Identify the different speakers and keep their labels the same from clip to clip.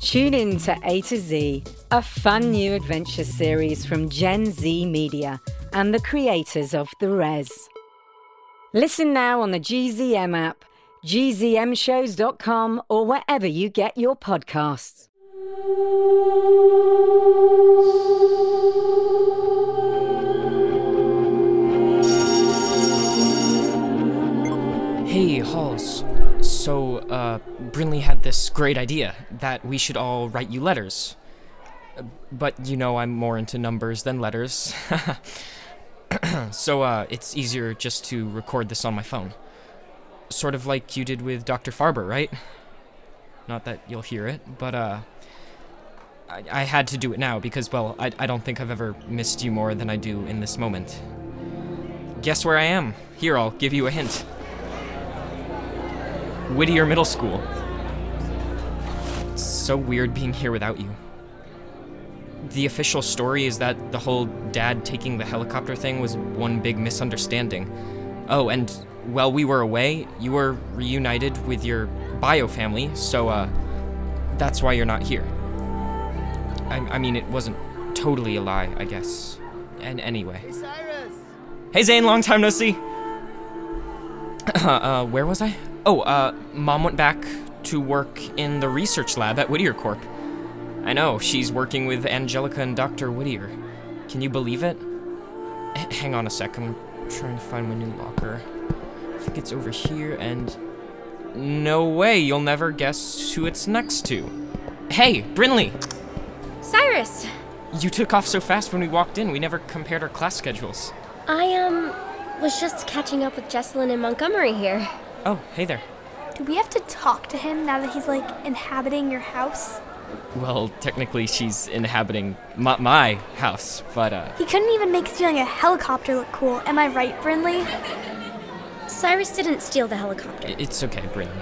Speaker 1: Tune in to A to Z, a fun new adventure series from Gen Z Media and the creators of The Res. Listen now on the GZM app, gzmshows.com, or wherever you get your podcasts.
Speaker 2: Hey, Halls. So, uh, Brinley had this great idea that we should all write you letters. Uh, But you know, I'm more into numbers than letters. so, uh, it's easier just to record this on my phone. Sort of like you did with Dr. Farber, right? Not that you'll hear it, but, uh, I, I had to do it now because, well, I, I don't think I've ever missed you more than I do in this moment. Guess where I am? Here, I'll give you a hint. Whittier Middle School. So weird being here without you. The official story is that the whole dad taking the helicopter thing was one big misunderstanding. Oh, and while we were away, you were reunited with your bio family, so, uh, that's why you're not here. I, I mean, it wasn't totally a lie, I guess. And anyway. Hey, Cyrus! Hey, Zane, long time no see! uh, where was I? Oh, uh, mom went back to work in the research lab at Whittier Corp. I know, she's working with Angelica and Dr. Whittier. Can you believe it? H- hang on a sec, I'm trying to find my new locker. I think it's over here and. No way, you'll never guess who it's next to. Hey, Brinley!
Speaker 3: Cyrus,
Speaker 2: You took off so fast when we walked in, we never compared our class schedules.
Speaker 3: I um was just catching up with Jesselyn and Montgomery here.
Speaker 2: Oh, hey there.
Speaker 4: Do we have to talk to him now that he's like inhabiting your house?
Speaker 2: Well, technically, she's inhabiting my, my house, but, uh.
Speaker 4: He couldn't even make stealing a helicopter look cool. Am I right, Brinley?
Speaker 3: Cyrus didn't steal the helicopter.
Speaker 2: It's okay, Brinley.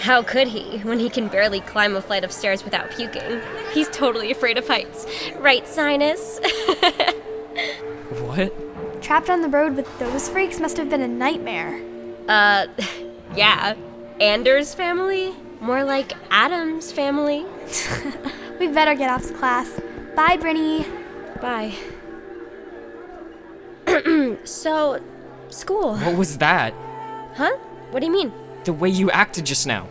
Speaker 3: How could he when he can barely climb a flight of stairs without puking? He's totally afraid of heights. Right, Sinus?
Speaker 2: What?
Speaker 4: Trapped on the road with those freaks must have been a nightmare.
Speaker 3: uh, yeah. Anders' family? More like Adam's family.
Speaker 4: We better get off to class. Bye, Brinny.
Speaker 3: Bye. so, school,
Speaker 2: What was that?
Speaker 3: huh? What do you mean?
Speaker 2: The way you acted just now.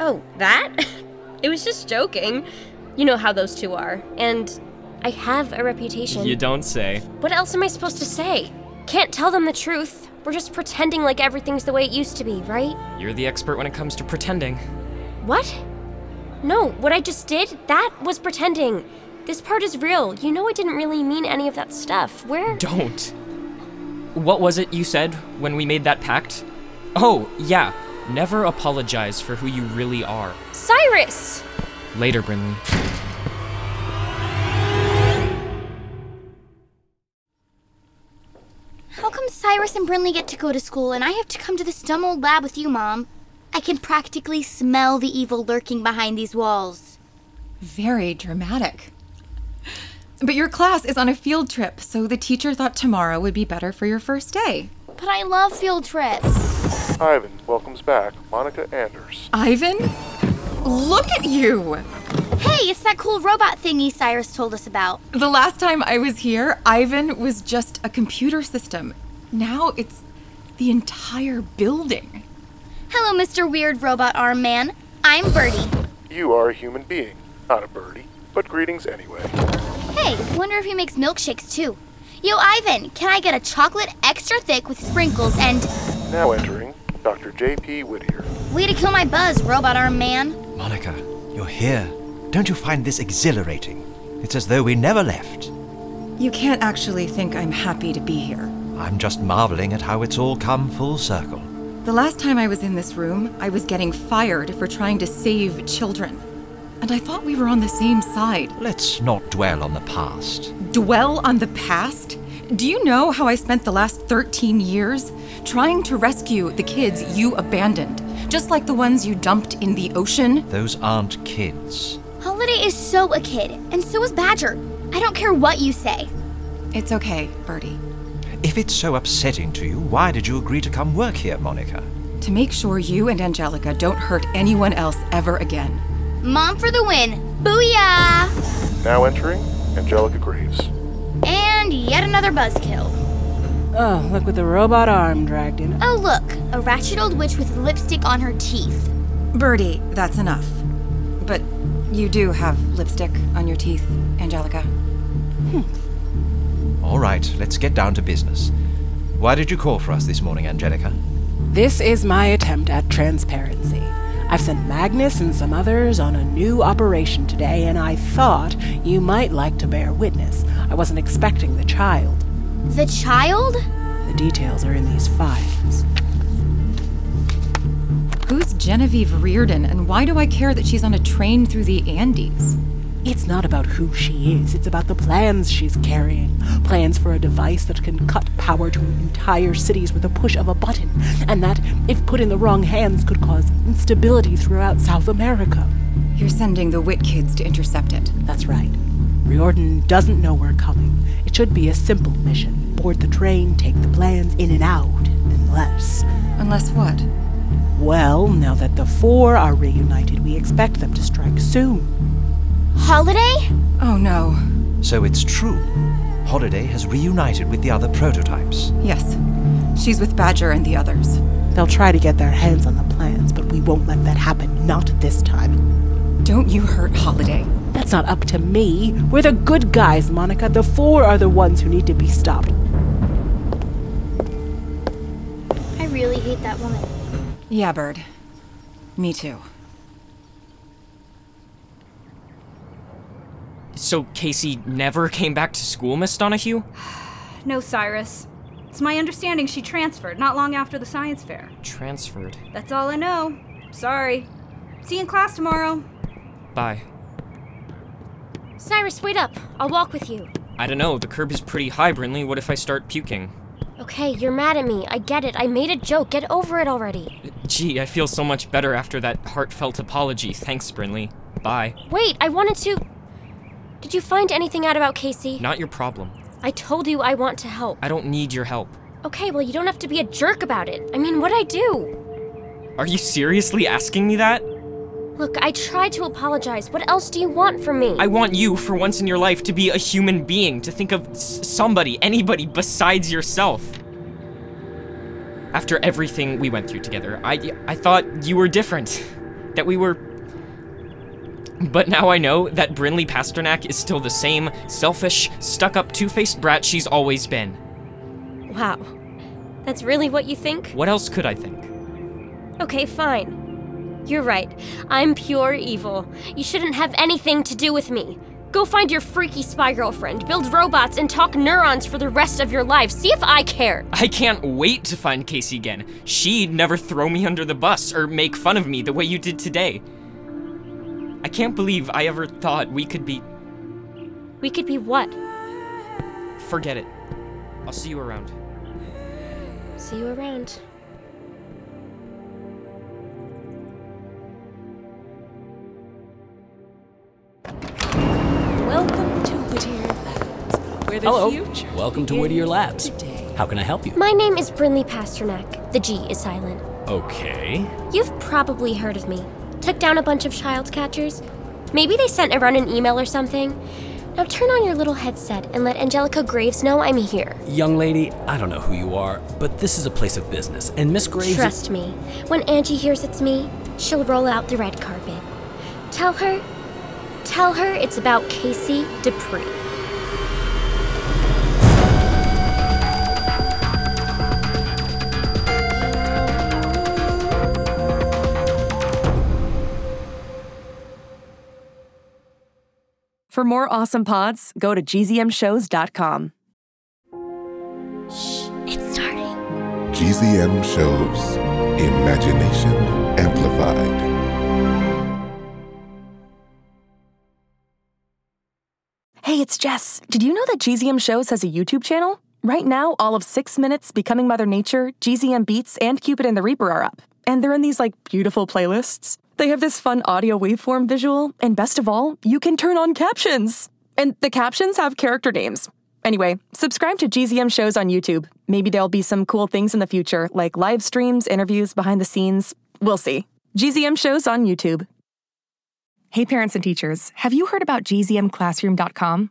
Speaker 3: Oh, that? it was just joking. You know how those two are. And I have a reputation.
Speaker 2: don't say.
Speaker 3: What else am I supposed to say? Can't tell them the truth. We're just pretending like everything's the way it used to be, right?
Speaker 2: You're the expert when it comes to pretending.
Speaker 3: What? No, what I just did, that was pretending. This part is real. You know I didn't really mean any of that stuff. Where?
Speaker 2: Don't. What was it you said when we made that pact? Oh, yeah. Never apologize for who you really are.
Speaker 3: Cyrus!
Speaker 2: Later, Brinley.
Speaker 5: How come Cyrus and Brinley get to go to school and I have to come to this dumb old lab with you, Mom? I can practically smell the evil lurking behind these walls.
Speaker 6: Very dramatic. But your class is on a field trip, so the teacher thought tomorrow would be better for your first day.
Speaker 5: But I love field trips.
Speaker 7: Ivan welcomes back Monica Anders.
Speaker 6: Ivan? Look at you!
Speaker 5: Hey, it's that cool robot thingy Cyrus told us about.
Speaker 6: The last time I was here, Ivan was just a computer system. Now it's the entire building.
Speaker 5: Hello, Mr. Weird Robot Arm Man. I'm Birdie.
Speaker 7: You are a human being, not a birdie, but greetings anyway.
Speaker 5: Hey, wonder if he makes milkshakes too. Yo, Ivan, can I get a chocolate extra thick with sprinkles and.
Speaker 7: Now entering Dr. J.P. Whittier.
Speaker 5: Way to kill my buzz, Robot Arm Man.
Speaker 8: Monica, you're here. Don't you find this exhilarating? It's as though we never left.
Speaker 6: You can't actually think I'm happy to be here.
Speaker 8: I'm just marveling at how it's all come full circle.
Speaker 6: The last time I was in this room, I was getting fired for trying to save children.
Speaker 9: And I thought we were on the same side.
Speaker 8: Let's not dwell on the past.
Speaker 9: Dwell on the past? Do you know how I spent the last 13 years? Trying to rescue the kids you abandoned, just like the ones you dumped in the ocean?
Speaker 8: Those aren't kids.
Speaker 5: Holiday is so a kid, and so is Badger. I don't care what you say.
Speaker 9: It's okay, Bertie.
Speaker 8: If it's so upsetting to you, why did you agree to come work here, Monica?
Speaker 9: To make sure you and Angelica don't hurt anyone else ever again.
Speaker 5: Mom for the win. Booyah!
Speaker 10: Now entering Angelica Graves.
Speaker 5: And yet another buzzkill.
Speaker 11: Oh, look with the robot arm dragged in.
Speaker 5: Oh, look, a ratchet old witch with lipstick on her teeth.
Speaker 9: Bertie, that's enough. But you do have lipstick on your teeth, Angelica.
Speaker 8: All right, let's get down to business. Why did you call for us this morning, Angelica?
Speaker 11: This is my attempt at transparency. I've sent Magnus and some others on a new operation today, and I thought you might like to bear witness. I wasn't expecting the child.
Speaker 5: The child?
Speaker 11: The details are in these files.
Speaker 9: Who's Genevieve Reardon, and why do I care that she's on a train through the Andes?
Speaker 11: It's not about who she is, it's about the plans she's carrying. Plans for a device that can cut power to entire cities with a push of a button, and that, if put in the wrong hands, could cause instability throughout South America.
Speaker 9: You're sending the Wit kids to intercept it.
Speaker 11: That's right. Riordan doesn't know we're coming. It should be a simple mission board the train, take the plans in and out, unless.
Speaker 9: Unless what?
Speaker 11: Well, now that the four are reunited, we expect them to strike soon.
Speaker 5: Holiday?
Speaker 9: Oh no.
Speaker 8: So it's true. Holiday has reunited with the other prototypes.
Speaker 9: Yes. She's with Badger and the others.
Speaker 11: They'll try to get their hands on the plans, but we won't let that happen. Not this time.
Speaker 9: Don't you hurt Holiday.
Speaker 11: That's not up to me. We're the good guys, Monica. The four are the ones who need to be stopped.
Speaker 5: I really hate that woman.
Speaker 9: Yeah, Bird. Me too.
Speaker 2: So Casey never came back to school, Miss Donahue?
Speaker 1: No, Cyrus. It's my understanding she transferred not long after the science fair.
Speaker 2: Transferred.
Speaker 1: That's all I know. Sorry. See you in class tomorrow.
Speaker 2: Bye.
Speaker 3: Cyrus, wait up. I'll walk with you.
Speaker 2: I don't know, the curb is pretty high, Brinley. What if I start puking?
Speaker 3: Okay, you're mad at me. I get it. I made a joke. Get over it already.
Speaker 2: Gee, I feel so much better after that heartfelt apology. Thanks, Brinley. Bye.
Speaker 3: Wait, I wanted to. Did you find anything out about Casey?
Speaker 2: Not your problem.
Speaker 3: I told you I want to help.
Speaker 2: I don't need your help.
Speaker 3: Okay, well, you don't have to be a jerk about it. I mean, what'd I do?
Speaker 2: Are you seriously asking me that?
Speaker 3: Look, I tried to apologize. What else do you want from me?
Speaker 2: I want you, for once in your life, to be a human being, to think of s- somebody, anybody besides yourself. After everything we went through together, I, I thought you were different. That we were. But now I know that Brinley Pasternak is still the same selfish, stuck up, two faced brat she's always been.
Speaker 3: Wow. That's really what you think?
Speaker 2: What else could I think?
Speaker 3: Okay, fine. You're right. I'm pure evil. You shouldn't have anything to do with me. Go find your freaky spy girlfriend, build robots, and talk neurons for the rest of your life. See if I care.
Speaker 2: I can't wait to find Casey again. She'd never throw me under the bus or make fun of me the way you did today. I can't believe I ever thought we could be.
Speaker 3: We could be what?
Speaker 2: Forget it. I'll see you around.
Speaker 3: See you around.
Speaker 12: Welcome to Whittier Labs, where the future.
Speaker 13: Welcome to Whittier Labs. How can I help you?
Speaker 3: My name is Brinley Pasternak. The G is silent.
Speaker 13: Okay.
Speaker 3: You've probably heard of me. Took down a bunch of child catchers. Maybe they sent around an email or something. Now turn on your little headset and let Angelica Graves know I'm here.
Speaker 13: Young lady, I don't know who you are, but this is a place of business, and Miss Graves.
Speaker 3: Trust me, when Angie hears it's me, she'll roll out the red carpet. Tell her, tell her it's about Casey Dupree.
Speaker 14: For more awesome pods, go to gzmshows.com.
Speaker 15: GZM shows Imagination Amplified.
Speaker 9: Hey, it's Jess. Did you know that GZM Shows has a YouTube channel? Right now, all of Six Minutes, Becoming Mother Nature, GZM Beats, and Cupid and the Reaper are up. And they're in these, like, beautiful playlists. They have this fun audio waveform visual, and best of all, you can turn on captions! And the captions have character names. Anyway, subscribe to GZM Shows on YouTube. Maybe there'll be some cool things in the future, like live streams, interviews, behind the scenes. We'll see. GZM Shows on YouTube. Hey, parents and teachers, have you heard about gzmclassroom.com?